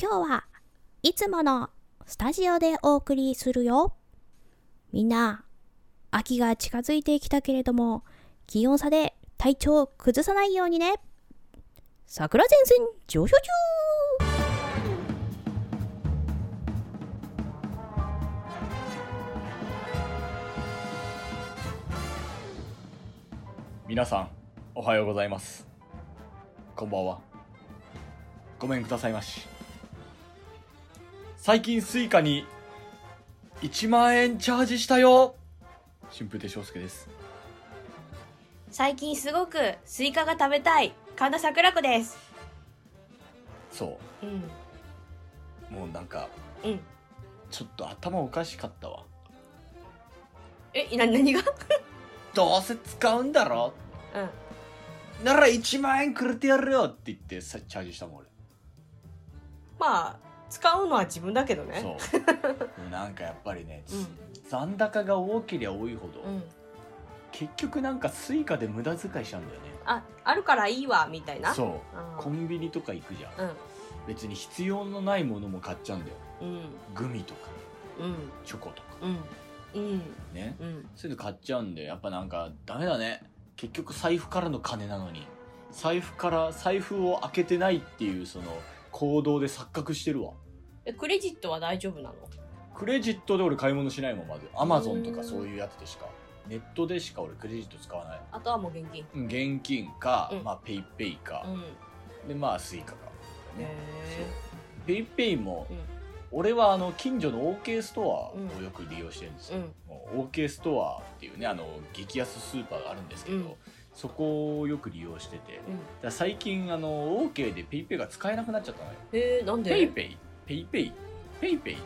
今日はいつものスタジオでお送りするよ。みんな、秋が近づいてきたけれども、気温差で体調を崩さないようにね。桜前線上昇中皆さんおはようございますこんばんはごめんくださいまし最近スイカに1万円チャージしたよ春風亭昇介です最近すごくスイカが食べたい神田桜子ですそうんうもうなんかうんちょっと頭おかしかったわえな 何がどうせ使うんだろうんなら1万円くれてやるよって言ってさチャージしたもんまあ使うのは自分だけど俺ねそう なんかやっぱりね、う残高が多けりゃ多いほど、うん結局なんかスイカで無駄遣いしちゃうんだよねああるからいいわみたいなうそうコんンビニとか行くじゃんうん別に必要のないものも買っちゃうんだようんグミとかうんチョコとかうんうんねうんそういうの買っちゃうんでやっぱなんかダメだね結局財布からの金なのに財布から財布を開けてないっていうその行動で錯覚してるわえクレジットは大丈夫なのクレジットで俺買い物しないもんまずアマゾンとかそういうやつでしかネットでしか俺クレジット使わないあとはもう現金うん現金か、うんまあペイペイかう、んでまあスイカかへねえペイペイも、うん俺はあの近所の OK ストアうをよく利用してるんですよ、うんもう OK ストアっていうねあの激安スーパーがあるんですけど、うんそこをよく利用しててだかうんら最近あの OK で PayPay が使えなくなっちゃったのよへえなんで PayPay PayPay PayPay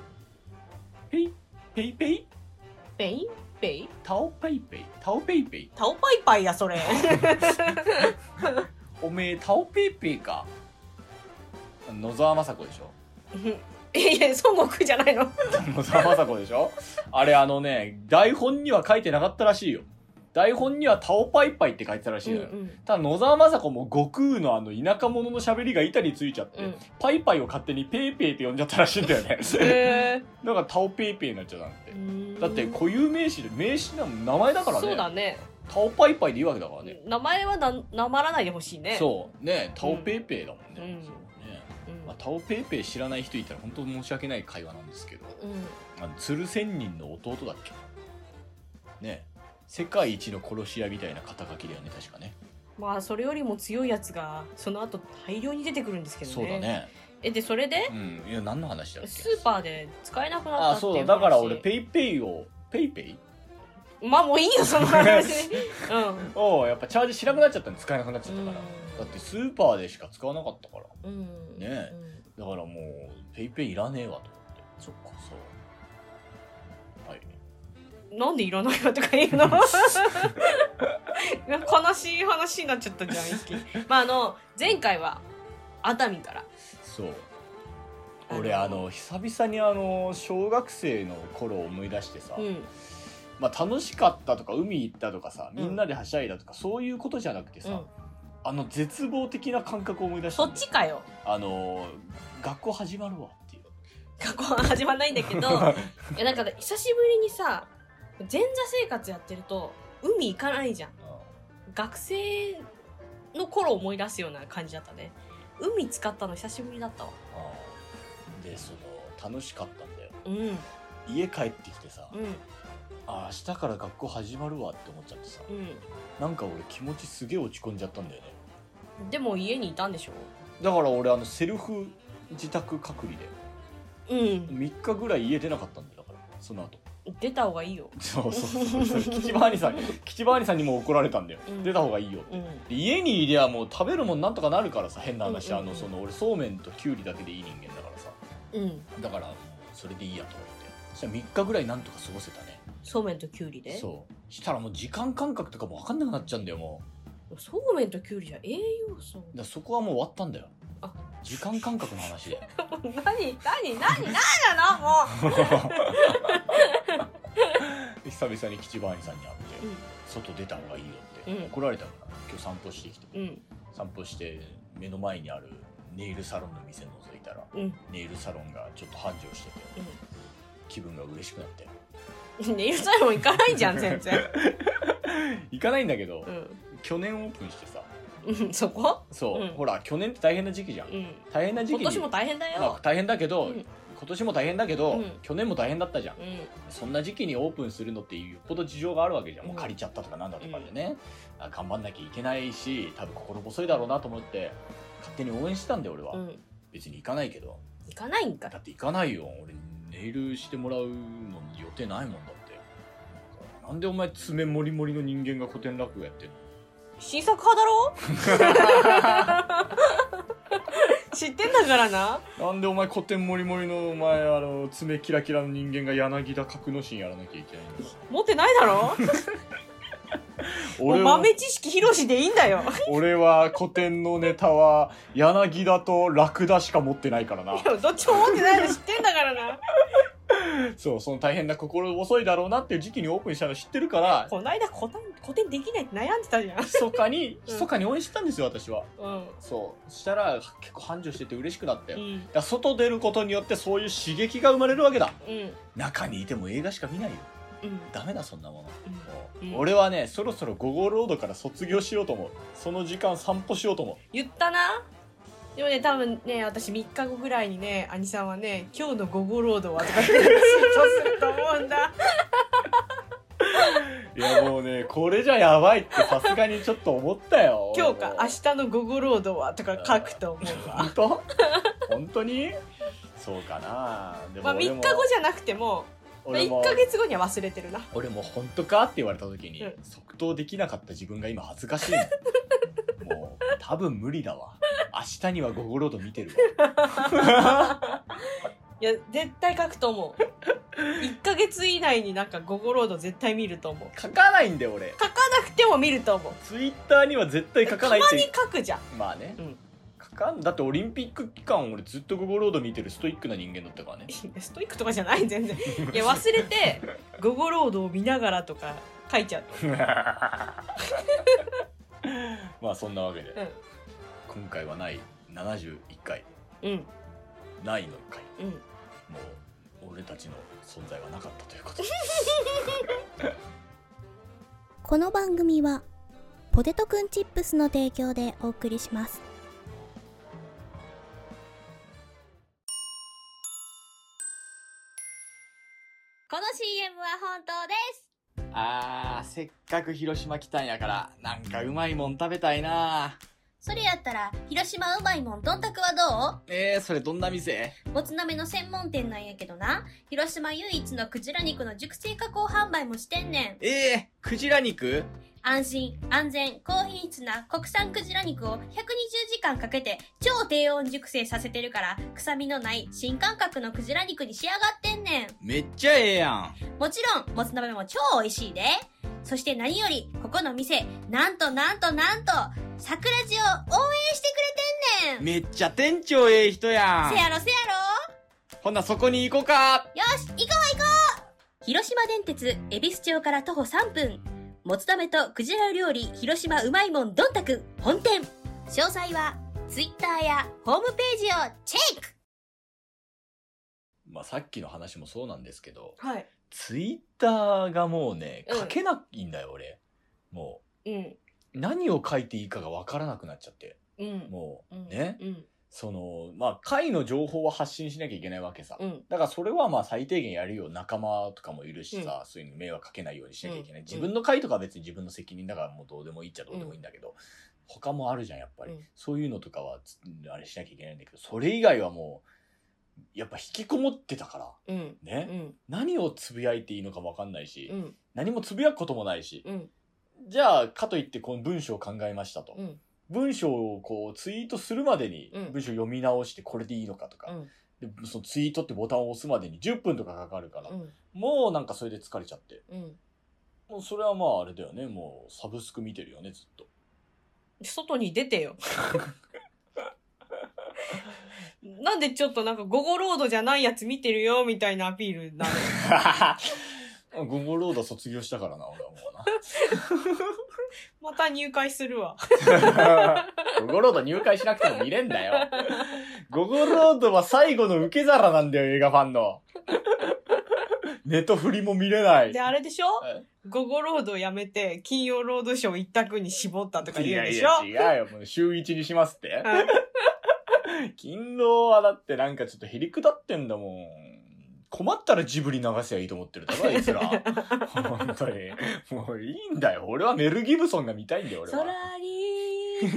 PayPay PayPay ペイペイタオ PayPay タオ PayPay タオパイパイやそ れおめえタオ PayPay か野沢雅子でしょいやいや孫悟空じゃないの野沢雅子でしょあれあのね台本には書いてなかったらしいよ台本にはタオパイパイって書いてたらしいのよ、んただ野沢雅子も悟空のあの田舎者の喋りが板についちゃって、うんパイパイを勝手にペイペイって呼んじゃったらしいんだよ ねへえだからタオペイペイになっちゃったんだって、だってこ固有名詞で名詞なの名前だからねそうだねタオパイパイでいいわけだからね、名前はななまらないでほしいねそうねタオペイペイだもんね,、うんそうねうんまあ、タオペイペイ知らない人いたら本当申し訳ない会話なんですけどうんあの鶴仙人の弟だっけね世界一の殺し屋みたいな肩書きだよね確かねまあそれよりも強いやつがその後大量に出てくるんですけどねそうだねえでそれでうんいや何の話だっけスーパーで使えなくなったあっていそううだ話だから俺ペイペイをペイペイまあもういいよその 話うんをやっぱチャージしなくなっちゃったの使えなくなっちゃっうたんから、だってスーパーでしか使わなかったからうんねえうんだからもうペイペイいらねえわと思ってそっかそうはいなんでいらないわとか言うの 悲しい話になっちゃったじゃん一気にまああの前回は熱海からそう俺あの久々にあの小学生の頃を思い出してさ、うんまあ、楽しかったとか海行ったとかさみんなではしゃいだとか、そういうことじゃなくてさ、うんあの絶望的な感覚を思い出したそんっだよちかよあの学校始まるわっていう学校は始まんないんだけどいやなんか久しぶりにさ前座生活やってると海行かないじゃん学生の頃を思い出すような感じだったね海使ったの久しぶりだったわあーでその楽しかったんだようんうん家帰ってきてさ、あー明日から学校始まるわって思っちゃってさうなんか俺気持ちすげえ落ち込んじゃったんだよねんでも家にいたんでしょだから俺あのセルフ自宅隔離でうん3日ぐらい家出なかったんだよだからその後出た方がいいよそうそうそうそう吉場兄さんに吉場兄さんにも怒られたんだよ、うん出た方がいいようんで家にいりゃもう食べるもんなんとかなるからさ変な話、うんうんうんあのその俺そうめんときゅうりだけでいい人間だからさうんだからもうそれでいいやと思ってそしたら3日ぐらいなんとか過ごせたねそうめんときゅうりでそそうしたらもう時間感覚とかも分かんなくなっちゃうんだよもうめんときゅうりじゃ栄養素 うだからそこはもう終わったんだよあ時間感覚の 話で何何何何なのも 久々に吉場兄さんに会ってう外出た方がいいよって、うん怒られたから今日散歩してきてうん散歩して目の前にあるネイルサロンの店覗いてたらうんネイルサロンがちょっと繁盛してて気分が嬉しくなってうんネイルサロン行かないじゃん全然 行かないんだけど、うん去年オープンしてさうんそこそう、うんほら去年って大変な時期じゃん、うん大変な時期今に年も大変だまあよ大変だけど、うん今年も大変だけど、うん去年も大変だったじゃんうんそんな時期にオープンするのってよっぽど事情があるわけじゃん、もううん借りちゃったとかなんだとかでね、あ頑張んなきゃいけないし多分心細いだろうなと思って勝手に応援してたんで俺は、うん別に行かないけど行かないんかだって行かないよ俺ネイルしてもらうの予定ないもんだってなんでお前爪もりもりの人間が古典落語やってんの新作派だろ 知ってんだからななんでお前古典もりもりのお前あの爪キラキラの人間が柳田格之進やらなきゃいけないんだ持ってないだろもうは豆知識広しでいいんだよ俺は古典のネタは柳田とラクダしか持ってないからないやどっちも持ってないの知ってんだからなそうその大変な心細いだろうなっていう時期にオープンしたの知ってる からこの間古典古典できないって悩んでたじゃん密かにうん密かに応援してたんですよ私はうんそうそしたら結構繁盛してて嬉しくなったうよ、だかんら外出ることによってそういう刺激が生まれるわけだうん中にいても映画しか見ないようんダメだそんなもの、うんもううん俺はねそろそろ午後ロードから卒業しようと思うその時間散歩しようと思う言ったなでもね多分ね私3日後ぐらいにね兄さんはね「今日の午後労働は?」とか言ってツイートすると思うんだいやもう ねこれじゃやばいってさすがにちょっと思ったよ今日か明明日日の午後労働はとか書くと思 うわ本当本当にそうかなでまあ3俺日も後じゃなくても俺も1ヶ月後には忘れてるな俺も本当かって言われた時に、うん即答できなかった自分が今恥ずかしいのもう多分無理だわ明日にはゴゴロード見てるわいや絶対書くと思 う1ヶ月以内になんか午後労働絶対見ると思う書かないんで俺書かなくても見ると思うツイッターには絶対書かないったまにて書くじゃん まあね、うん書かんだってオリンピック期間俺ずっとゴゴロード見てるストイックな人間だったからね いやストイックとかじゃない 全然いや忘れて「午後労働を見ながら」とか書いちゃう、まあそんなわけでうん、今回はない71回うんないの回うんもう俺たちの存在はなかったという ことでこの番組はポテトくんチップスの提供でお送りしますこの CM は本当ですあーせっかく広島来たんやからなんかうまいもん食べたいなそれやったら広島うまいもんどんたくはえー、それどんな店どうもつ鍋の専門店なんやけどな広島唯一のクジラ肉の熟成加工販売もしてんねんえー、クジラ肉安心、安全、高品質な国産クジラ肉を120時間かけて超低温熟成させてるから、臭みのない新感覚のクジラ肉に仕上がってんねん。めっちゃええやんもちろん、もつ鍋も超美味しいで。そして何より、ここの店、なんとなんとなんと、桜地を応援してくれてんねん。めっちゃ店長ええ人やせやろせやろほなそこに行こうかよし、行こう行こう広島電鉄、恵比寿町から徒歩3分。もつ鍋とクジラ料理、広島うまいもんどんたく、本店。詳細は、ツイッターやホームページをチェックまあさっきの話もそうなんですけどはいツイッターがもうねうん書けないんだよ俺もうんう何を書いていいかがわからなくなっちゃってうんもうんうねうんそのまあ会の情報は発信しなきゃいけないわけさうんだからそれはまあ最低限やるよ仲間とかもいるしさ、そういうの迷惑かけないようにしなきゃいけない、うん自分の会とかは別に自分の責任だからもうどうでもいいっちゃどうでもいいんだけど、他もあるじゃんやっぱり、うんそういうのとかはつあれしなきゃいけないんだけどそれ以外はもうやっぱ引きこもってたからうんうね、ん何をつぶやいていいのか分かんないし、うん何もつぶやくこともないし、うんじゃあかといってこの文章を考えましたと、うん文章をこうツイートするまでにうん文章読み直してこれでいいのかとか、でそのツイートってボタンを押すまでに10分とかかかるから、うんもうなんかそれで疲れちゃってうんもうそれはまああれだよねもうサブスク見てるよねずっ と外に出 てよなんでちょっとなんか午後ロードじゃないやつ見てるよみたいなアピールなのゴゴロード卒業したからな俺はもまた入会するわうなゴゴロード入会しなくても見れんだよゴゴロードは最後の受け皿なんだよ、映画ファンの。 ネトフリも見れない。で、あれでしょえ午後ロードをやめて、金曜ロードショー一択に絞ったとかい言うやでいしょや、違うよ。もう週一にしますって。うん勤労はだってなんかちょっとへりくだってんだもん。困ったらジブリ流せばいいと思ってるだろ、あ いつら。本当に。もういいんだよ。俺はメル・ギブソンが見たいんだよ、俺は。空に憧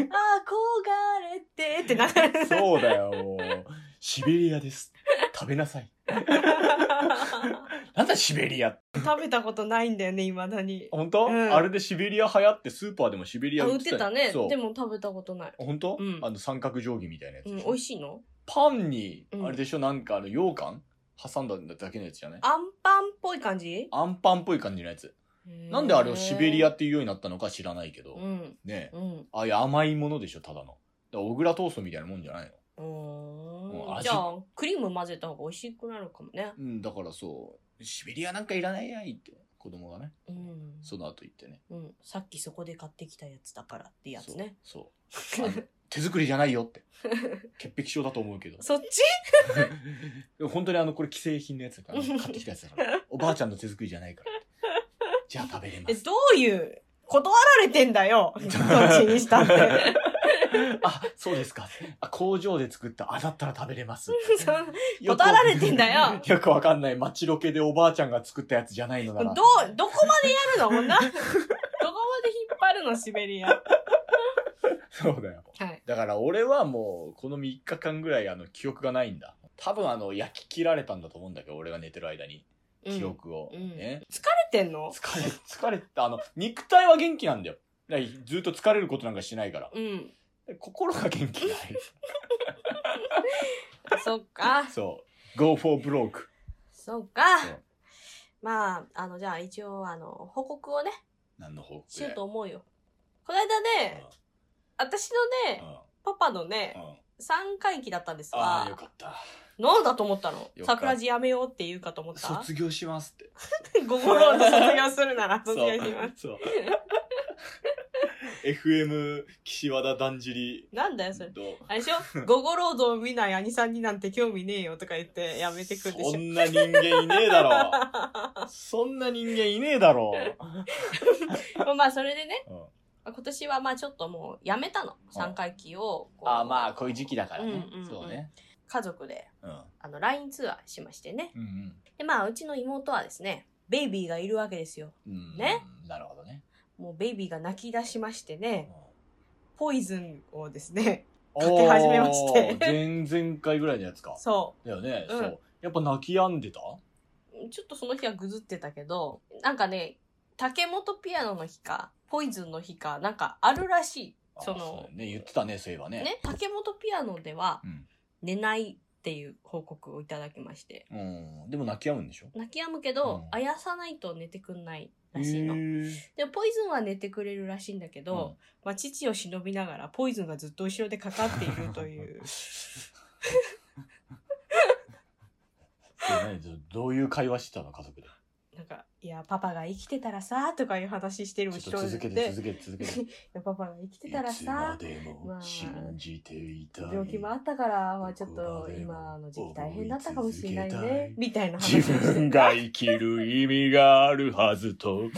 れてってなる。そうだよ、もう。シベリアです。食べなさい。なんだシベリアって。 食べたことないんだよね、未だに。本当、うんあれでシベリア流行ってスーパーでもシベリあ、ア売ってたね。そうで。も食べたことない。本当、うんあの三角定規みたいなやつうでん、し美ょ、味しいのパンに、うんあれでしょ、なんかあの羊羹挟んだだけのやつじゃないアンパンっぽい感じアンパンっぽい感じのやつ。なんであれをシベリアっていうようになったのか知らないけど。うん。ねえうん。ああいう甘いものでしょ、ただの。だから小倉トーストみたいなもんじゃないの。うーうんん味じゃあ、クリーム混ぜた方が美味しくなるかもね。うん、だからそう、シベリアなんかいらないやいって、子供がね、うん。その後言ってね。うん。さっきそこで買ってきたやつだからってやつね。そう。そうあの 手作りじゃないよって。潔癖症だと思うけど。そっちでも本当にあの、これ既製品のやつだから、 買ってきたやつだから。おばあちゃんの手作りじゃないからって。じゃあ食べれまえ、す。どういう、断られてん だよ。どっちにしたって。あ、そうですか。あ工場で作った、あ、だったら食べれ ます。そのよく断られてんだよ よくわかんない街ロケでおばあちゃんが作ったやつじゃないのなら。どう、どこまでやるのもうな。 どこまで引っ張るの、シベリア。はそうだよ。い。だから俺はもう、この3日間ぐらいあの、記憶がないんだ。多分あの、焼き切られたんだと思うんだけど、俺が寝てる間に。記うん、憶を。うんね。疲れてんの疲れ、 疲れた。あの、肉体は元気なんだよ。だからずっと疲れることなんかしないから。うん。心が元気 ない。そっか。そう。go for broke. そっかそう。まあ、あの、じゃあ一応、あの、報告をね、何の報告しだようよと思うよ。この間ね、私のうんね、パパのね、うんうん3回忌だったんですああ、よわ。かった。なんだと思ったのた桜地やめようって言うかと思った卒業しますって。 ご苦労の卒業するなら卒業します。 そう。そう FM 岸和田だんじり。なんだよ、それ。どうあれでしょ午後労働見ない兄さんになんて興味ねえよとか言ってやめてくんでしょそんな人間いねえだろ。 そんな人間いねえだろ。まあまあそれでね、うん今年はまあちょっともうやめたの。三回忌をこう。ああ、まあ、こういう時期だからねうんうんう。んそうね。家族で、うん。あの、LINE ツアーしましてね。うんで、まあうちの妹はですね、ベイビーがいるわけですよ。うんうん。ね。なるほどね。もうベイビーが泣き出しましうてんね、ポイズンをですね、おかけ始めましてー前々回ぐらいのやつか。そだよね。うんそう。やっぱ泣き止んでたう。ちょっとその日はぐずってたけど、なんかね、竹本ピアノの日か、ポイズンの日か、なんかあるらしい。あそのうね、言ってたね、そういえばね。ね、竹本ピアノではうん、寝ないっていう報告をいただきまして。うん。でも泣き止むんでしょ泣き止むけど、うんあやさないと寝てくんないらしいの。へえで、ポイズンは寝てくれるらしいんだけど、うんまあ、父を忍びながら、ポイズンがずっと後ろでかかっていると いう。え何どどういう会話してたの家族で。なんか、いや、パパが生きてたらさ、とかいう話してるち後ょっとろ続けてで、続けて続けて。い やパパが生きていたらつまさ、でも信じていたい。病気もあったから、まあちょっと今の時期大変だったかもしれない思い続けたいね、みたいな話を自して分が生きる意味があるはずと。っ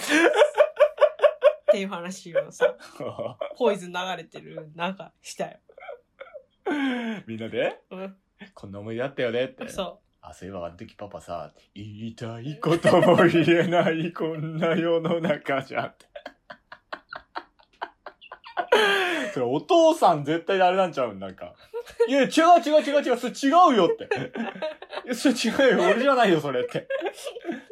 ていう話をさ、ポイズン流れてる、なんかしたよ。 みんなで、うん、こんな思い出あったよねって。そう。あ、そういえばあの時パパさ、言いたいことも言え ないこんな世の中じゃ って。それお父さん絶対あれなんちゃうんなんか。いや、違う違う違う違う、それ違うよ って。いや、それ違うよ、俺じゃないよ、それって。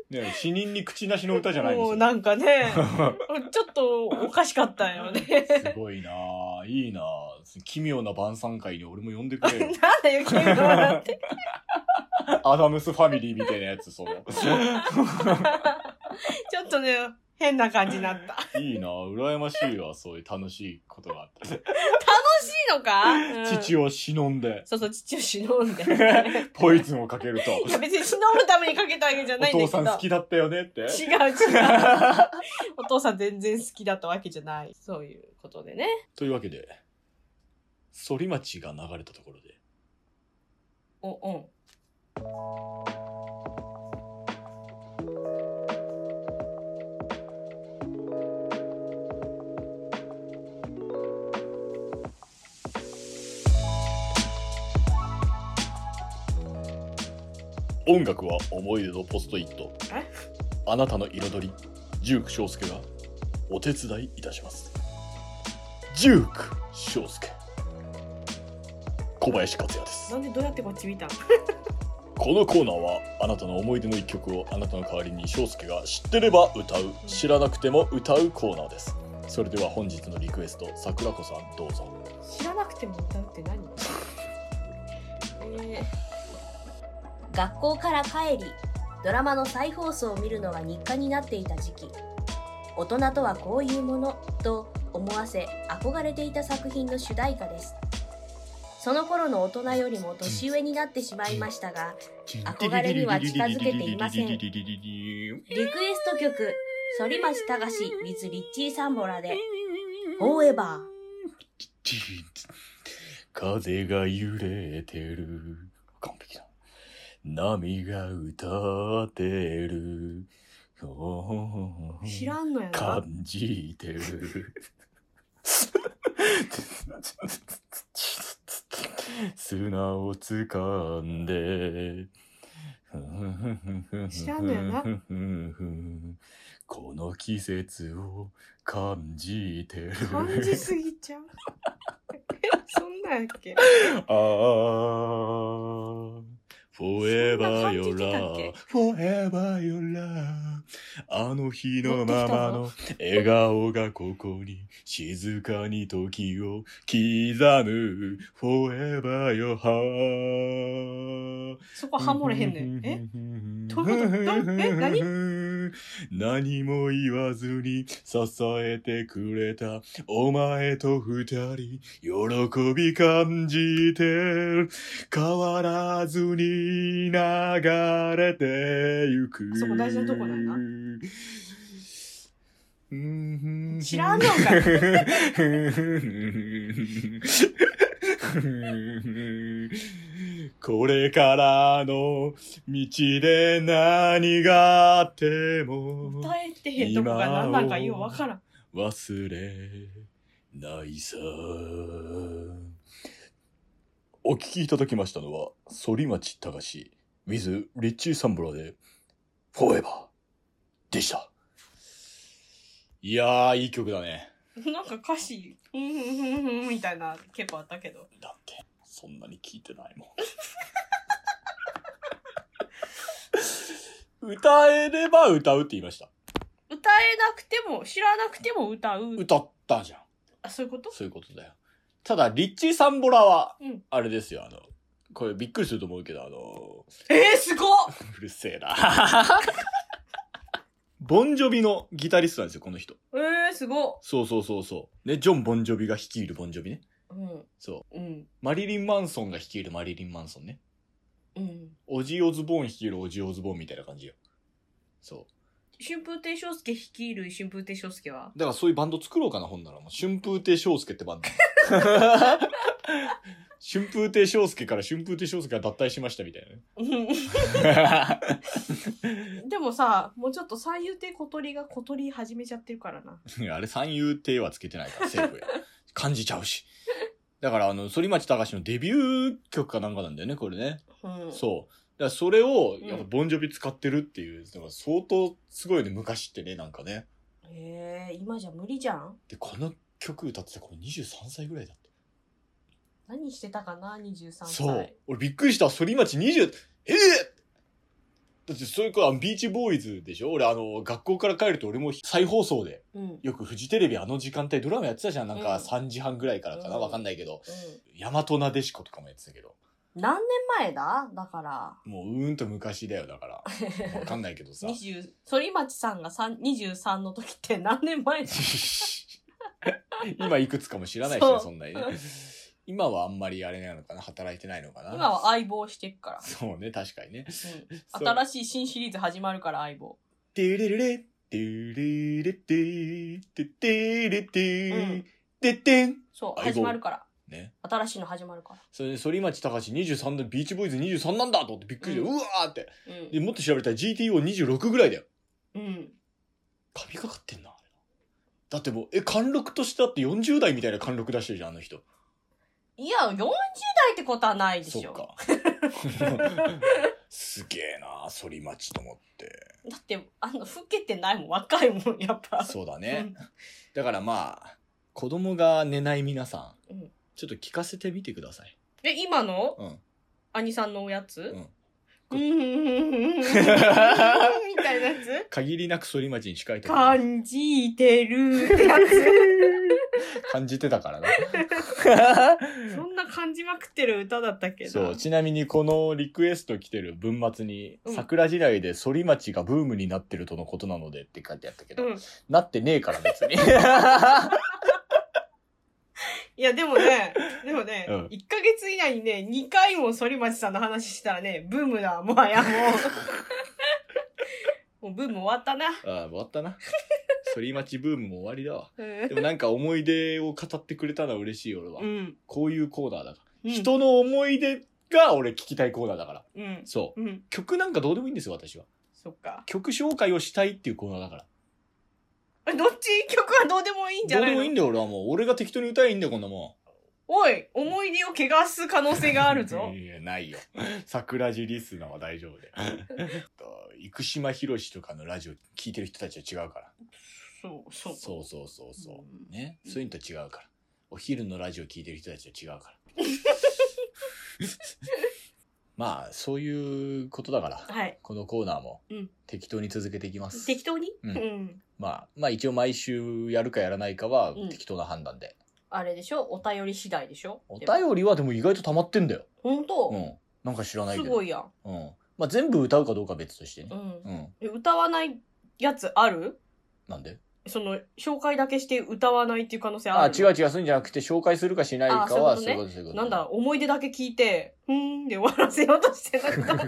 ねえ死人に口なしの歌じゃないんでもすうよ。なんかね、ちょっとおかしかったよね。 すごいなぁ、いいなぁ。奇妙な晩餐会に俺も呼んでくれよ なん。だよ、君の笑って。アダムスファミリーみたいなやつ、その。ちょっとね、変な感じになった。楽いいなぁ、羨ましいわ、そういう楽しいことがあって。しいのか、うん父を忍んで、そうそう、父を忍ん で。いポイズンをかけると、や、別に忍ぶためにかけたわけじゃおないんだ父けど。さん好きだったよねって。違う 違う。お父さん全然好きだったわけじゃない。そういうことでね。というわけで、反町が流れたところで、おオン音楽は思い出のポストイットえあなたの彩りジューク翔介がお手伝いいたしますジューク翔介小林克也ですなんでどうやってこっち見たんこのコーナーはあなたの思い出の一曲をあなたの代わりに翔介が知ってれば歌う知らなくても歌うコーナーですそれでは本日のリクエスト桜子さんどうぞ知らなくても歌うって何えー学校から帰りドラマの再放送を見るのが日課になっていた時期大人とはこういうものと思わせ憧れていた作品の主題歌ですその頃の大人よりも年上になってしまいましたが憧れには近づけていませんリクエスト曲反町隆史 with リッチー・サンボラで「フォーエバー」風が揺れてる。完璧だ。波が歌ってる。おー知らんのやな感じてる。砂を掴んで。知らんのやなこの季節を感じてる。感じすぎちゃうそんなんやっけああ。Forever your そんな感じてたっけ love, forever your love. あの日のままの笑顔がここに静かに時を刻む forever your heart. そこハモれへんねんえどういうことどうえ何も言わずに支えてくれたお前と二人喜び感じてる変わらずに流れてゆくそこ大事なとこなんだうん知らん のか これからの道で何があっても歌えてへんとこが何なんかようわからん忘れないさ。お聞きいただきましたのは、反町隆史、with リッチーサンブラで、フォーエバーでした。いやー、いい曲だね。なんか歌詞ふんふんふんふんみたいな結構あったけどだって、そんなに聞いてないもん。 歌えれば歌うって言いました。歌えなくても知らなくても歌う歌ったじゃん。あそういうことそういうことだよ。ただ、リッチー・サンボラはうん、あれですよ、あの、これびっくりすると思うけど、あの、えー、すごっうるせえ な。ボンジョビのギタリストなんですよ、この人。えー、すごそうそうそうそう。ね、ジョン・ボンジョビが率いるボンジョビね。っうんそう。うんマリリン・マンソンが率いるマリリン・マンソンね。うんオジー・オズボーン率いるオジー・オズボーンみたいな感じよ。そ春風亭昇介率いる春風亭昇介はう。だからそういうバンド作ろうかな、ほんなら。もう春風亭昇介ってバンド。 春風亭昇介から春風亭昇介が脱退しましたみたいなね。うんでもさもうちょっと三遊亭小鳥が小鳥始めちゃってるからな あれ三遊亭はつけてないから、セーフや。感じちゃうし。だから、あの、反町隆史のデビュー曲かなんかなんだよね、これね。うんそう。だからそれを、うんやっぱボンジョビ使ってるっていう、だから相当すごいね、昔ってね、なんかね。えー、今じゃ無理じゃんで、この曲歌ってた頃23歳ぐらいだった。何してたかな23歳そう。俺びっくりした。反町20、ええだってそういう子はビーチボーイズでしょ俺あの、学校から帰ると俺も再放送で、うん、うん、よくフジテレビあの時間帯ドラマやってたじゃん。なんかうん3時半ぐらいからかなうんわかんないけど。大和なでしことかもやってたけど。何年前だだからもううーんと昔だよ、だから。わかんないけど さ。 20反町さんが3 23の時って何年前だ 今いくつかも知らないしねそうそんなにね。今はあんまりあれなのかな働いてないのかな今は相棒してっから、そうね、確かにね。うんそう新しい新シリーズ始まるから相棒てゥレレレ、てゥレレテ、ててれて、てってん。そう相棒始まるからね。新しいの始まるから。それで、反町隆史23で、ビーチボーイズ23なんだと思ってびっくりして、ううんわーって。うんで、もっと調べたら GTO26 ぐらいだよ。うん。神がかってんな、あれだってもう、え、貫禄としてだって40代みたいな貫禄出してるじゃん、あの人。いや、40代ってことはないでそしっょ。か。すげえな、反町と思って。だって、あの、老けてないもん、若いもん、やっぱ。そうだね。だからまあ、子供が寝ない皆さん、うんちょっと聞かせてみてください。え、今のうん。兄さんのおやつううんん。 みたいなやつ限りなく反町に近いと思う感じてるってやつ。 感じてたからな。そんな感じまくってる歌だったけど。そう、ちなみにこのリクエスト来てる文末に、うん桜時代で反町がブームになってるとのことなのでって書いてあったけど、うん。なってねえから別 に。いや、でもね、でもね、うん1ヶ月以内にね、2回も反町さんの話したらね、ブームだ、もはやも う。もうブーム終わったな。ああ、終わったな。反町ブームも終わりだわ。うんでもなんか思い出を語ってくれたのは嬉しい俺は。うん。こういうコーナーだから。うん人の思い出が俺聞きたいコーナーだから。うん。そう。うん。曲なんかどうでもいいんですよ、私は。そっか。曲紹介をしたいっていうコーナーだから。えどっち曲はどうでもいいんじゃどうなでいものいいんだよ、俺はもう。俺が適当に歌えばいいんだよ、こんなもおい、思い出を汚す可能性ん。があるぞい。やいや、ないよ。 桜地リスナーは大丈夫で。 と生島ひろしとかのラジオ聞いてる人たちは違うから。そう、そ。そううそうそうそう。うんね。そういうのと違うから。お昼のラジオ聞いてる人たちと違う から。まあ、そういうことだから。はい。このコーナーもうん適当に続けていきます。適当にううんん。まあ、まあ一応毎週やるかやらないかはうん適当な判断で。あれでしょお便り次第でしょお便りはでも意外と溜まってんだよ。ほんうとん。なんか知らないすけど。ごいやん。うん。まあ全部歌うかどうかは別としてうね。んう。ん。え歌わないやつあるなんでその、紹介だけして歌わないっていう可能性あある違う違う、そういうんじゃなくて紹介するかしないかはあそうそういいううこことそういうこと。なんだ、思い出だけ聞いて、ふーんで終わらせようとしてな かった。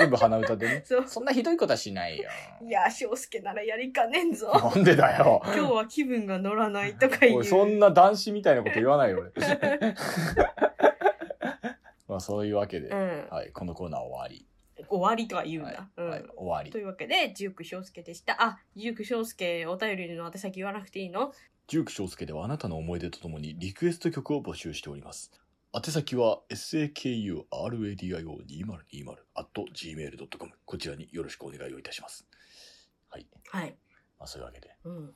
全部鼻歌でね。そう。そんなひどいことはしない よ。いや、翔介ならやりかねんぞ。なんでだよ。今日は気分が乗らないとか言おう。いそんな男子みたいなこと言わないよ、俺。 まあそういうわけで、うん。はい、このコーナー終わり。終わりとは言うんはいだ。うんはい、終わりと。いうわけで、ジューク翔介でした。あ、ジューク翔介、お便りの宛先言わなくていいのジューク翔介ではあなたの思い出とともにリクエスト曲を募集しております。宛先は sakuradio2020.gmail.com こちらによろしくお願いをいたします。はい。はい。まあそういうわけで、うん。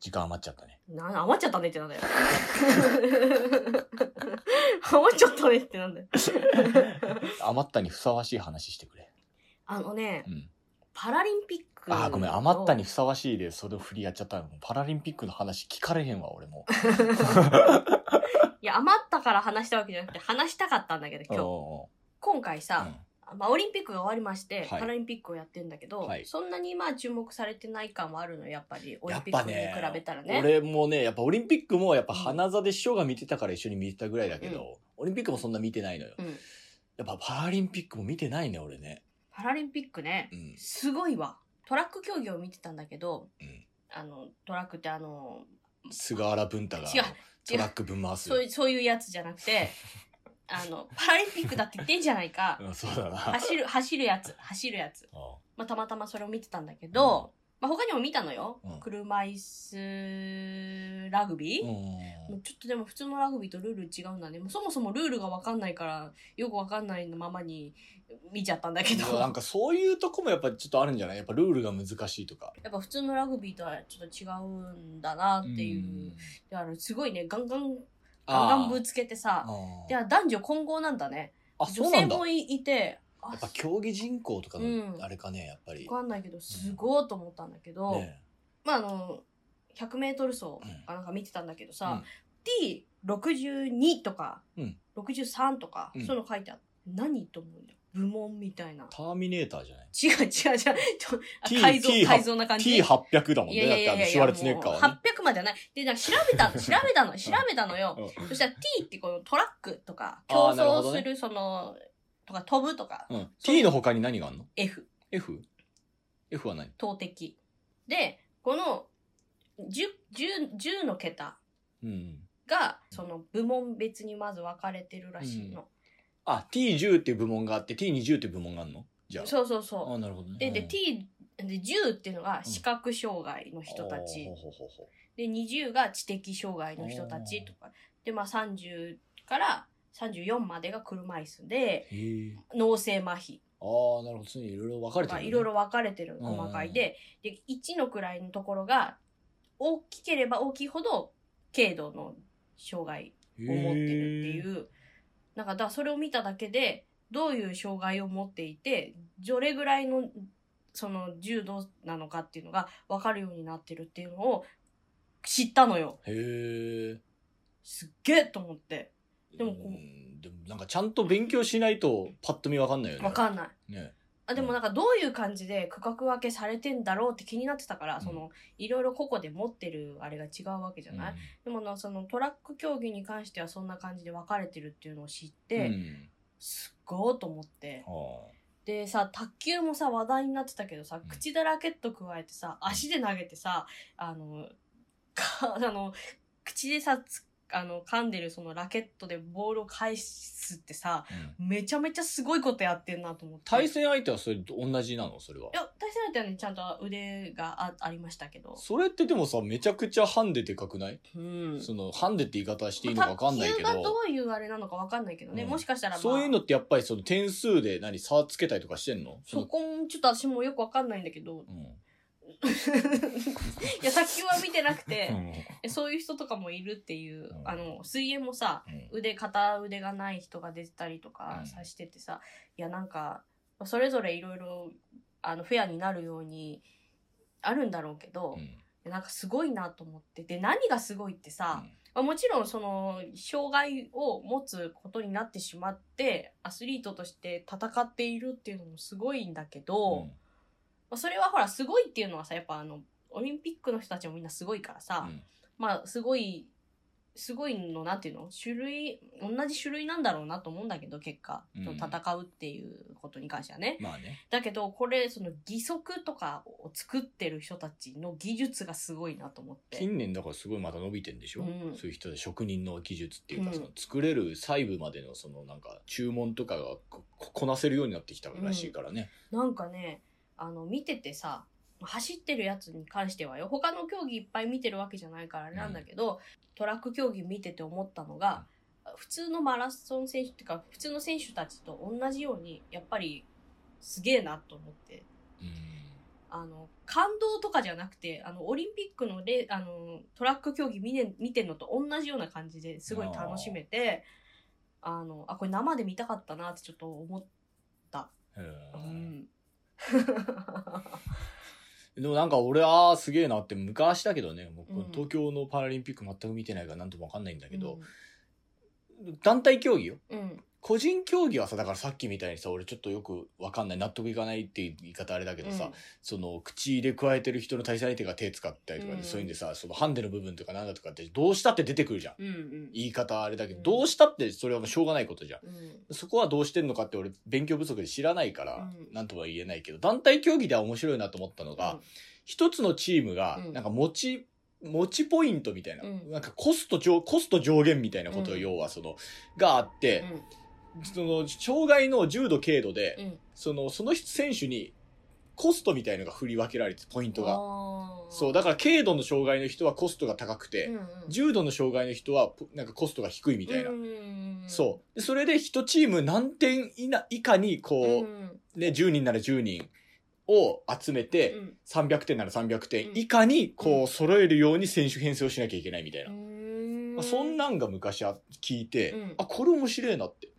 時間余っちゃった ね。な、余っちゃったねってなんだよ。余っちゃったねってなんだよ。余ったにふさわしい話してくれ。あのねう、ん。パラリンピック。あーごめん、余ったに。ふさわしいでそれを振りやっちゃったの。パラリンピックの話聞かれへんわ、俺もう。いや、余ったから話したわけじゃなくて、話したかったんだけど、今日。お今回うおうさ、まあ、オリンピックが終わりまして、はいパラリンピックをやってんだけど、はいそんなにまあ注目されてない感はあるのよ、やっぱり。オリやっンピッぱクにね比べたらね。俺もねやっぱオリンピックもやっぱ花座で師匠が見てたから一緒に見てたぐらいだけど、うオリンピックもそんな見てないのよ、うん。やっぱパラリンピックも見てないね俺ねパラリンピックねう、んすごいわ。トラック競技を見てたんだけど、うんあの、トラックってあの、菅原文太が違うトラックぶん回すそういう、そういうやつじゃな くて、あの、パラリンピックだって言ってんじゃないか。うん、そうだな走る、走るやつ、走るやつ。あまあ、たまたまそれを見てたんだけど、まあ、他にも見たのよ。うん車椅子ラグビー、うんもうちょっとでも普通のラグビーとルール違うんだね。もうそもそもルールがわかんないから、よくわかんないままに見ちゃったんだけど。いやなんかそういうとこもやっぱちょっとあるんじゃないやっぱルールが難しいとかやっぱ普通のラグビーとはちょっと違うんだなっていう。んであのすごいね、ガンガン、ガンガあンぶつけてさ。ーで男女混合なんだね。あそ女うな性んだもやいいて、あっぱ競技人口とかうのんあれかねやっぱり、わかんないけど、すごいと思ったんだけど、ねまああの、100メートル走うんかなんか見てたんだけどうんさ、T62 とか、うん63とか、うんそういうの書いてある。何と思うんだよ。部門みたいな。ターミネーターじゃない違う違う違う。ちょあ T 改造 T 改造な感じ。 T800 だもんいやねいだってあやいやいのやシュワルツェネッカーはね800まではない。で、なんか調 べた、調べたの、調べたのよ。うんそしたら T ってこのトラックとか、競あーなるほど争ねするその、とか飛ぶとか、うん、T の他に何があるの F、 ?F?F は何投擲。で、この10、10、10の桁うん。が、その部門別にまず分かれてるらしいの。あ、T10 っていう部門があって、T20 っていう部門があるのじゃあ。そうそうそあ、なるほどね。う。で、で、うん T、で、10っていうのが視覚障害の人たち。ほうほうほうほうで、20が知的障害の人たちとか。で、まあ30から34までが車椅子で、へえ。脳性麻痺ああ、なるほど。そういうのいろいろ分かれてとる、か、ね。いろいろ分かれてる細かいで、で、1の位のところが、大きければ大きいほど、軽度の障害を持ってるっへえ。ていう、なんかだからそれを見ただけでどういう障害を持っていてどれぐらいのその柔道なのかっていうのが分かるようになってるっていうのを知ったのよへえ。すっげえと思ってでもこううんでもなんかちゃんと勉強しないとパッと見分かんないよね。分かんないね。あでもなんかどういう感じで区画分けされてんだろうって気になってたから、んそのいろいろ個々で持ってるあれが違うわけじゃない、でもなそのトラック競技に関してはそんな感じで分かれてるっていうのを知っうん、て、うんすっごいと思ってあーでさ、卓球もさ、話題になってたけどさうん、口でラケット加えてさ、足で投げてさ、あの、か、あの、口でさ、つあの、噛んでるそのラケットでボールを返すってさ、うんめちゃめちゃすごいことやってんなと思って。対い戦相手はそれと同じなのそれは。や、対戦相手はね、ちゃんと腕があありましたけど。それってでもさ、めちゃくちゃハンデでかくない、うん。その、ハンデって言い方していいのか分かんないけまあ卓球がどど。ういうあれなのかわかんないけどね、うんもしかしたら、まあ、そういうのってやっぱりその点数で何差つけたりとかしてんのそこもちょっと私もよくわかん ないんだけどう、ん。いや、卓球は見てなくて、うんえそういう人とかもいるっていう、うんあの、水泳もさ、うん腕、片腕がない人が出てたりとかうんさしててさ、いや、なんか、それぞれいろいろ、あの、フェアになるように、あるんだろうけどう、んなんかすごいなと思って。で、何がすごいってさ、まあもちろんその、障害を持つことになってしまって、アスリートとして戦っているっていうのもすごいんだけど、うんまあそれはほら、すごいっていうのはさ、やっぱあの、オリンピックの人たちもみんなすごいからさ、うんまあ、すごい、すごいの、なんていうの種類、同じ種類なんだろうなと思うんだけど、結果。うん戦うっていうことに関してはね。まあね。だけど、これ、その義足とかを作ってる人たちの技術がすごいなと思って。近年だからすごいまた伸びてんでしょ、うんそういう人で職人の技術っていうか、うんその作れる細部までのそのなんか注文とかがこここなせるようになってきたらしいからね。なんかね、あの、見ててさ、走ってるやつに関してはよ、他の競技いっぱい見てるわけじゃないからあれなんだけど、トラック競技見てて思ったのが、普通のマラソン選手っていうか、普通の選手たちと同じように、やっぱり、すげえなと思って。うんあの、感動とかじゃなくて、あの、オリンピックのレ、あの、トラック競技見,、ね、見てんのと同じような感じですごい楽しめて、あの、あ、これ生で見たかったなってちょっと思っへた。うーん。でもなんか俺はあーすげえなって昔だけどね、もうこのうん東京のパラリンピック全く見てないからなんともわかんないんだけど、うん団体競技よ。うん。個人競技はさ、だからさっきみたいにさ、俺ちょっとよくわかんない、納得いかないっていう言い方あれだけどさ、その口で加えてる人の対戦相手が手使ったりとかで、うんそういうんでさ、そのハンデの部分とかなんだとかってどうしたって出てくるじゃん。うん。うん。言い方あれだけど、うんどうしたってそれはもうしょうがないことじゃん。うん。そこはどうしてんのかって俺勉強不足で知らないからう、んなんとは言えないけど、団体競技では面白いなと思ったのが、一つのチームがう、んなんか持ち、持ちポイントみたいな、うんなんかコスト上、コスト上限みたいなことをうん要はその、があって、その、障害の重度軽度で、うん。うん。その、その選手にコストみたいのが振り分けられて、ポイントが。がそう、だから軽度の障害の人はコストが高くて、うんうん、重度の障害の人はポ、なんかコストが低いみたいな。なそう。でそれで一チーム何点以内以下に、こう、うんね、10人なら10人を集めて、うん300点なら300点うん以下に、こうう、揃えるように選手編成をしなきゃいけないみたいな。うんまあ、そんなんが昔あ聞いて、うんあ、これ面白いなって。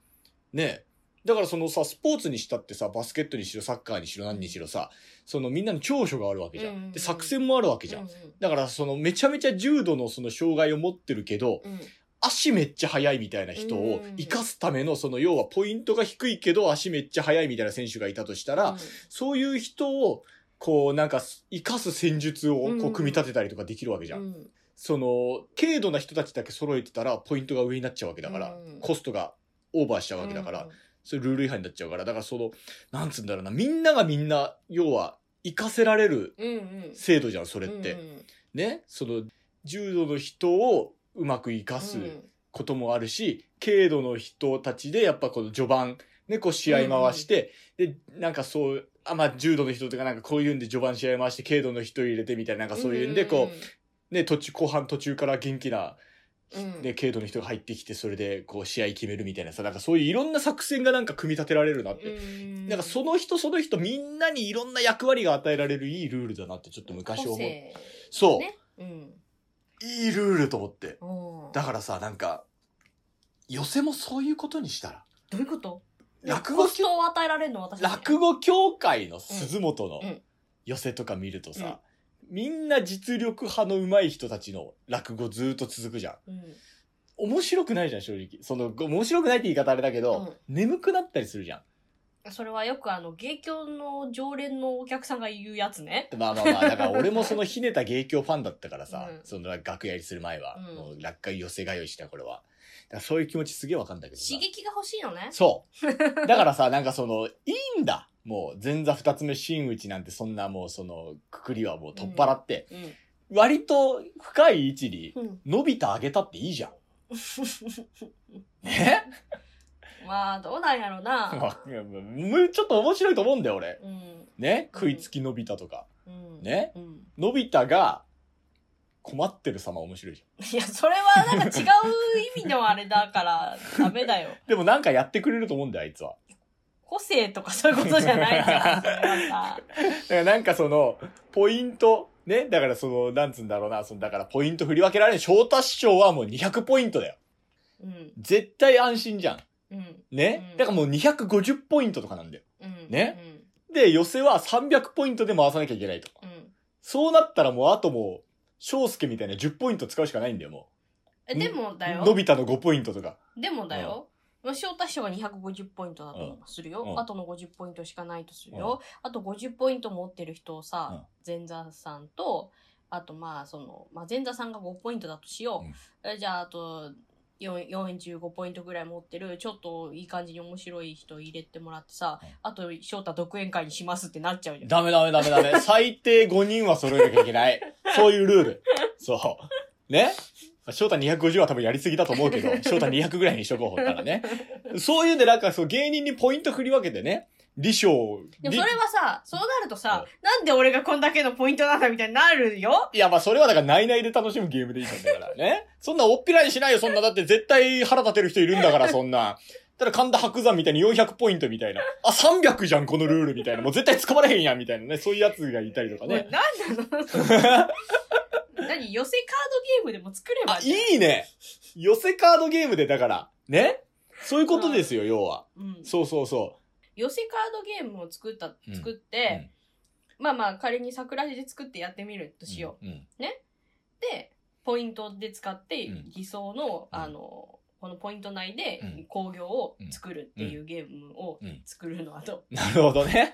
ねえ。だからそのさ、スポーツにしたってさ、バスケットにしろ、サッカーにしろ、何にしろさ、そのみんなの長所があるわけじゃうんうんん。うんで、作戦もあるわけじゃん。だからそのめちゃめちゃ重度のその障害を持ってるけど、うんうん足めっちゃ速いみたいな人をうん生かすための、その要はポイントが低いけど足めっちゃ速いみたいな選手がいたとしたら、そういう人を、こうなんか生かす戦術をうんこううん組み立てたりとかできるわけじゃんう。んその、軽度な人たちだけ揃えてたら、ポイントが上になっちゃうわけだから、うんコストがオーバーしちゃうわけだから、うんそれルール違反になっちゃうから、だからその、なんつうんだろうな、みんながみんな、要は、活かせられるうんうん制度じゃん、それって。うんうんね、その、重度の人を、うまく生かすうんこともあるし、軽度の人たちでやっぱこの序盤、ね、こう試合回して、で、なんかそう、あ、まあ、重度の人とかなんかこういうんで序盤試合回して、軽度の人入れてみたいな、なんかそういうんで、こう、ね、途中、後半途中から元気な、うんね、軽度の人が入ってきて、それでこう試合決めるみたいなさ、なんかそういういろんな作戦がなんか組み立てられるなってう。んなんかその人その人みんなにいろんな役割が与えられるいいルールだなってちょっと昔思個う。性そう、ねうんいいルールと思って。おーだからさ、なんか、寄せもそういうことにしたら。どういうこと落コ語ストを与えられるの私たち落語協会の鈴本のうんうん寄せとか見るとさ、みんな実力派の上手い人たちの落語ずーっと続くじゃん。うん面白くないじゃん、正直。その、面白くないって言い方あれだけど、眠くなったりするじゃん。それはよくあの芸協の常連のお客さんが言うやつねまあまあまあ、だから俺 もそのひねた芸協ファンだったからさ、うんその楽屋入りする前は、うんもう落下寄せ通いしたこれは。だからそういう気持ちすげえわかんだけどさ刺激が欲しいのね そう。だからさ、なんかその、いいんだ。もう前座二つ目真打ちなんてそんなもうそのくくりはもう取っ払って、う割と深い位置にん、うん、伸びた上げたっていいじゃん。ねまあどうなんやろうなわむちょっと面白いと思うんだよ俺。うんね食いつき伸びたとか。うんねうん伸びたが困ってる様面白いじゃん。いや、それはなんか違う意味のあれだから、ダメだよ。 でもなんかやってくれると思うんだよ、あいつは。個性とかそういうことじゃないじゃん。それはさだからなんかその、ポイント、ね、だからその、なんつうんだろうな、その、だからポイント振り分けられる翔太師匠はもう200ポイントだよ。うん。絶対安心じゃん。うん。ね、うんだからもう250ポイントとかなんだよ。うん。ねで、寄せは300ポイントで回さなきゃいけないと。うん。うん。そうなったらもうあともう、翔介みたいな10ポイント使うしかないんだよ、もえ、でもだう。のよ。び太の5ポイントとか。でもだよ。まあ、翔太師匠が250ポイントだとするよ。うんあとの50ポイントしかないとするよ。あと50ポイント持ってる人をさ、前座さんと、あとまあ、その、まあ、前座さんが5ポイントだとしよう。えじゃあ、あと、4 45ポイントぐらい持ってる、ちょっといい感じに面白い人入れてもらってさうん、あと、翔太独演会にしますってなっちゃうじゃん。ダメダメダメダメ。最低5人は揃えなきゃいけない。そういうルール。そう。ね翔太250は多分やりすぎだと思うけど、翔太200ぐらいにしとこうからね。そういうんでなんかそう芸人にポイント振り分けてね、理賞、で理もそれはさ、そうなるとさ、なんで俺がこんだけのポイントなんだみたいになるよいやまあそれはだから内々で楽しむゲームでいいんだからね。 そんなおっぴらにしないよ、そんな。だって絶対腹立てる人いるんだ から、そんな。ただ神田白山みたいに400ポイントみたいな。あ、300じゃん、このルールみたいな。もう絶対捕まれへんやん、みたいなね。そういうやつがいたりとかね。 何なの何寄せカードゲームでも作ればあ、いいね寄せカードゲームで、だから、ねそういうことですよ、要は。うん、そうそうそ寄せカードゲームを作ったうん作って、まあまあ仮に桜地で作ってやってみるう。としようん。うんう、でポイントで使ってうん偽装の、うんあのこのポイント内うでん工業を作るっていうゲームをうん作るのはどう、なるほどね。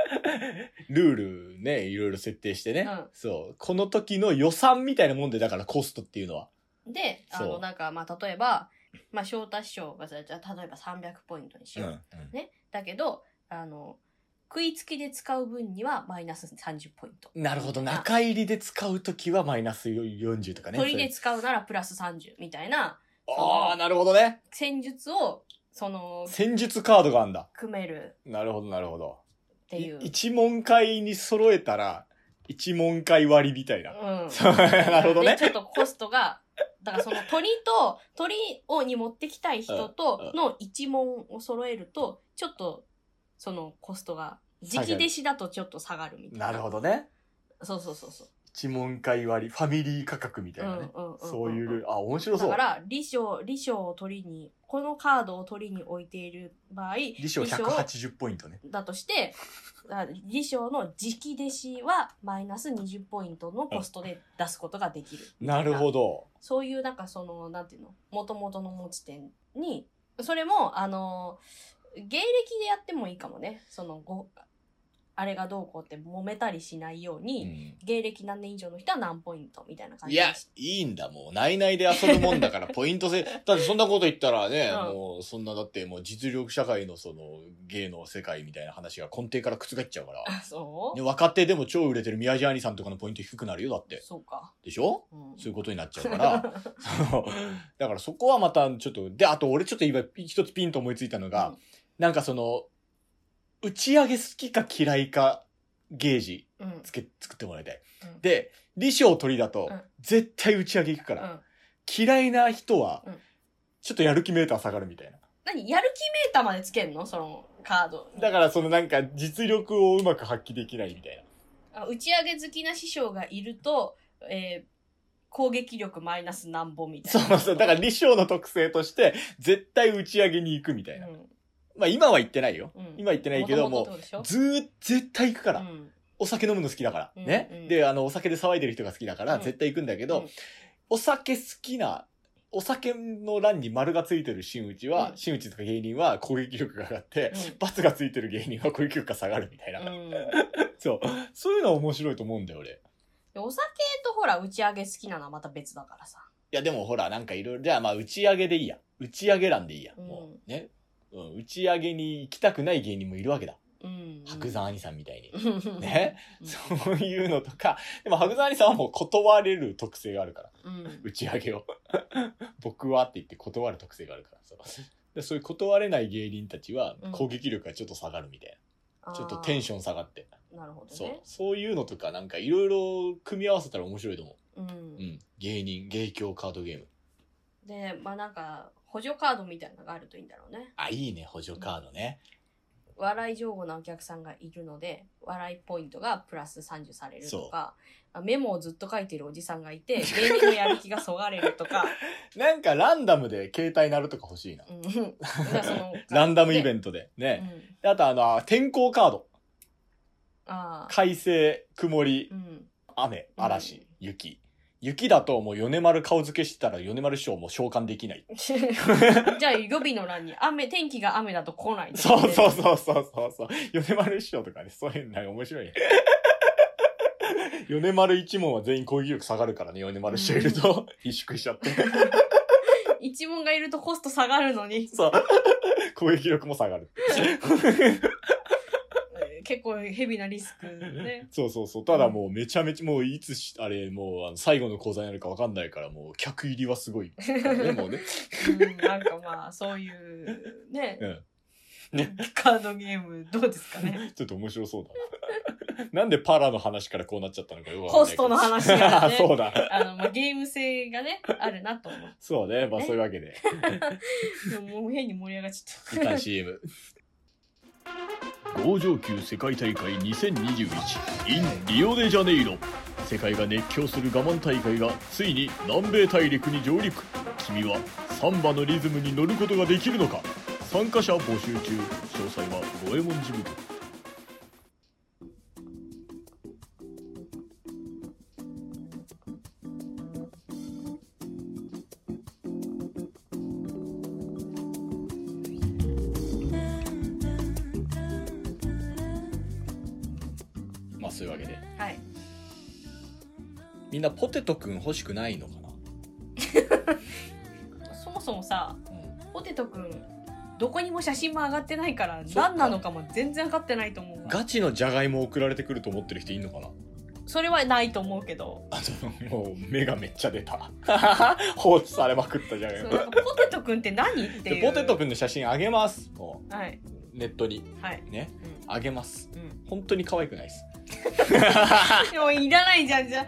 ルールね、いろいろ設定してね、うんそう。この時の予算みたいなもんで、だからコストっていうのは。であそのうなんかまあ例えば、まあ、翔太師匠がさじゃあ例えば300ポイントにしよう、ね、だけどあの食いつきで使う分にはマイナス30ポイント、なるほど。中入りで使う時はマイナス40とかね。鳥で使うならプラス30みたいなそういうああ、なるほどね。戦術をその戦術カードがあんだ。組めるなるほど、なるほど。っていう、うん、一問会に揃えたら、一問会割りみたいな。 そうなるほどねで。ちょっとコストがだからその鳥と鳥をに持ってきたい人との一問を揃えるとちょっとそのコストが下直がる弟子だとちょっと下がるみたいななるほどね。そうそうそうそう一問会割り、ファミリー価格みたいなね。うんうんうんうんそういうルール、あ、面白そだうか。ら、理賞、理賞を取りに、このカードを取りに置いている場合、利子を180ポイントね。だとして、あ理賞の直弟子はマイナス20ポイントのコストで出すことができる。 なるほど。そういう、なんかその、なんていうの、元々の持ち点に、それも、あの、芸歴でやってもいいかもね。その、ご、あれがどうこうって揉めたりしないよううに、ん芸歴何年以上の人は何ポイントみたいな感いじでやし、いいんだ、もう。ないないで遊ぶもんだから、ポイント 制。だってそんなこと言ったらね、うんもう、そんな、だってもう実力社会のその、芸の世界みたいな話が根底から覆っちゃうから。あ そう、ね、若手でも超売れてる宮地兄さんとかのポイント低くなるよ、だって。そうか、でしょうんそういうことになっちゃう から。そうだからそこはまたちょっと、で、あと俺ちょっと今一つピンと思いついたのが、うんなんかその、打ち上げ好きか嫌いかゲージうんつけ、作ってもらいたい。うんで、理想取りだと、うん絶対打ち上げ行くかうら、ん、嫌いな人は、うんちょっとやる気メーター下がるみたいな。何やる気メーターまでつけんのそのカードにだからそのなんか実力をうまく発揮できないみたいな。あ打ち上げ好きな師匠がいると、えー攻撃力マイナスなんぼみたいそなうそう。だから理想の特性として、絶対打ち上げに行くみたいな。うんまあ今は行ってないよ。うん今言ってないけど元々ってことでしずーっ絶対行くかょら、うんお酒飲むの好きだから、うんね、うんであのお酒で騒いでる人が好きだから、うん絶対行くんだけど、うんお酒好きなお酒の欄に丸がついてる真打ちは、うん真打ちとか芸人は攻撃力が上がって、うんバツがついてる芸人は攻撃力が下がるみたいな、うんそうそういうのは面白いと思うんだよ俺でお酒とほら打ち上げ好きなのはまた別だからさいやでもほらなんかいろいろじゃあまあ打ち上げでいいや打ち上げ欄でいいや、うんもうね、うん、打ち上げに行きたくない芸人もいるわけだ、うん白山兄さんみたいに、ねね、そういうのとか、でも、白山さんはもう断れる特性があるから、うん打ち上げを。 僕はって言って断る特性があるから、そうでそういう断れない芸人たちはうん攻撃力がちょっと下がるみたいな。ちょっとテンション下がって。ョンなるほどそうね。そういうのとか、なんかいろいろ組み合わせたら面白いと思うう。うんん。芸人、芸協カードゲーム。でまあなんか補助カードみたいなのがあるといいんだろうねあ、いいね、補助カードね。笑い上手なお客さんがいるので笑いポイントがプラス30されるとかあメモをずっと書いてるおじさんがいて芸人のやる気がそがれる とかなんかランダムで携帯鳴るとか欲しいな。うんだからそのランダムイベンントで。トね。であと、あの、天候カード。ああ快晴、曇りう、ん 雨、う嵐ん、雪。雪だともう米丸顔付けしてたら米丸師匠も召喚できない。じゃあ予備の欄に雨天気が雨だと来ないとかそうねそうそうそうそうそう。米丸師匠とかね、そういうのなんか面 白いね。米丸一門は全員攻撃力下がるからね、米丸師匠いると。萎縮しちゃって。一問がいるとコスト下がるのにそう。攻撃力も下がる。えー結構ヘビなリスクねそうそうそう。ただもうめちゃめちゃ、もういつし、あれ、もうあの最後の講座になるかわかんないから、もう客入りはすごいから ね。もうね。うんなんかまあそういうね,、うんねカードゲームどうですかねちょっと面白そうだな。なんでパラの話からこうなっちゃったのかよくわかんコないスけトど。の話がね そうだ。あの、まあ、ゲーム性がねあるなと思うそうね。まあそういうわけで。でももう変に盛り上がっちゃ一った旦 CM。豪上級世界大会2021 in リオデジャネイロ世界が熱狂する我慢大会がついに南米大陸に上陸君はサンバのリズムに乗ることができるのか参加者募集中詳細は五右衛門事務局まあそういうわけではいみんなポテトくん欲しくないのかな、そもそもさポテトくんどこにも写真も上がってないからっか何なのかも全然分かってないと思うガチのじゃがいも送られてくると思ってる人いんのかなそれはないと思うけどあのもう目がめっちゃ出た 放置されまくったじゃがいそうもなんかポテトくんって何ってでいうポテトくんの写真あげますもはいうネットにはいねあげますうん、うん本当に可愛くないです。でもいらないじゃんじゃあ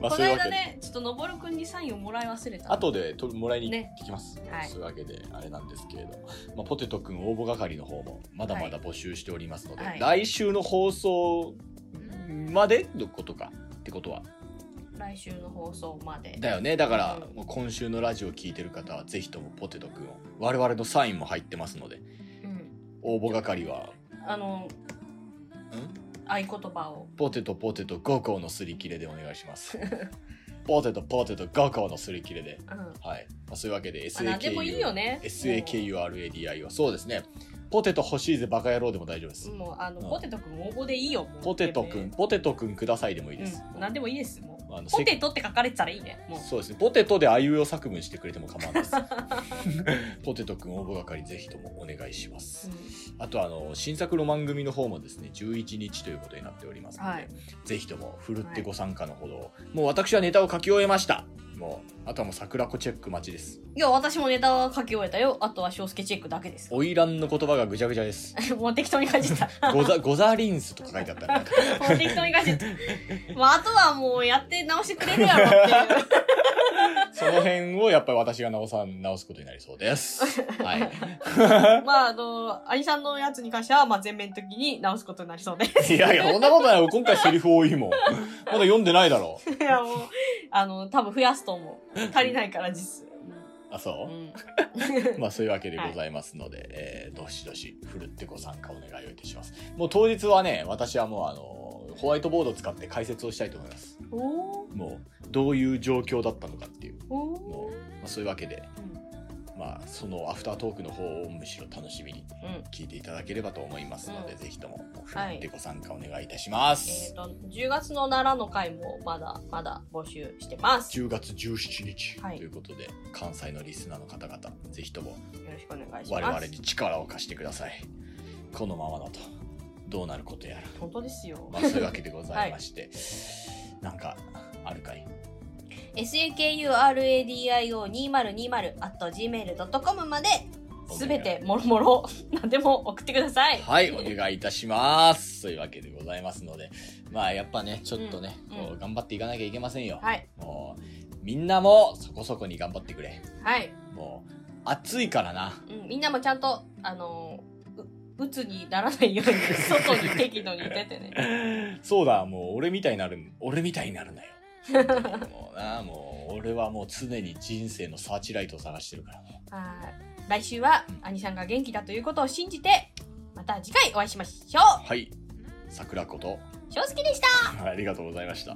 まあそこうのいうわ間けで。ねちょっとのぼるくんにサインをもらい忘れた後でともらいにね行きます、はいそういうわけであれなんですけれど、まあ、ポテトくん応募係の方もまだまだ募集しておりますので、はい来週の放送までのことかってことは来週の放送までだよねだからうんもう今週のラジオ聞いてる方はぜひともポテトくんを我々のサインも入ってますのでうん応募係はあの合言葉をポテトポテト5個のすり切れでお願いします ポテトポテト5個のすり切れでうんまはい、まあ、そういうわけであ何でもいいよ SAKU ね SAKURADI はそうですねポテト欲しいぜバカ野郎でも大丈夫です。もうあのうんポテトくん応募でいいよもうポテトくん、ポテトくんくださいでもいいです。うん、何でもいいですもあのうポテせトって書かれてたらいいねもうそうですね。ポテトであいうえお作文してくれても構わない です。ポテトくん応募係ぜひともお願いします。あとあの新作ロマン組の方もですね11日ということになっておりますので、はいぜひともふるってご参加のほど、もう私はネタを書き終えましたもうあとはもう桜子チェック待ちですうんいや私もネタは書き終えたよあとは翔介チェックだけです花魁の言葉がぐちゃぐちゃです もう適当に書 いてたゴザゴザリンスとか書いてあったらなんかもう適当に書いてた、まあ、あとはもうやって直してくれるやろっていうその辺をやっぱり私が直さん直すことになりそうですはい まああの兄さんのやつに関しては、まあ、全面的に直すことになりそうで いやいやそんなことないよ今回セリフ多いもんまだ読んでないだろういやもうあの多分増やすと思う足りないから実あそう、うん まあそういうわけでございますので、えーどしどしふるってご参加お願いをいたします。もう当日はね、私はもうあの、ホワイトボードを使って解説をしたいと思います。おーもう、どういう状況だったのかっていう。おーもう、まあ、そういうわけで、まあそのアフタートークの方をむしろ楽しみにうん聞いていただければと思いますので、うんぜひともふはいるってご参加お願いいたしまえすー。と10月の奈良の会もまだまだ募集してます。よ10月17日はいということで、関西のリスナーの方々、ぜひともろしくお願いします。我々に力を貸してくださいこのままだとどうなることやら本当ですよ。まあそういうわけでございまして、なんかあるかい sukuradio2020 at gmail.com まで全てもろもろ 何でも送ってください。はいお願いいたしますそういうわけでございますのでまあやっぱねちょっとね、うんこううん頑張っていかなきゃいけませんよ、はい。もうみんなもそこそこに頑張ってくれはい。もう暑いからなうん、みんなもちゃんと、あのー、う鬱にならない ように外に適度に出てね。そうだもう俺みたいになる俺みたいになるな よもうなもう俺はもう常に人生のサーチライトを探してるからはい来週は兄さんが元気だということを信じてまた次回お会いしましょはい桜子とう。翔介でしたありがとうございました。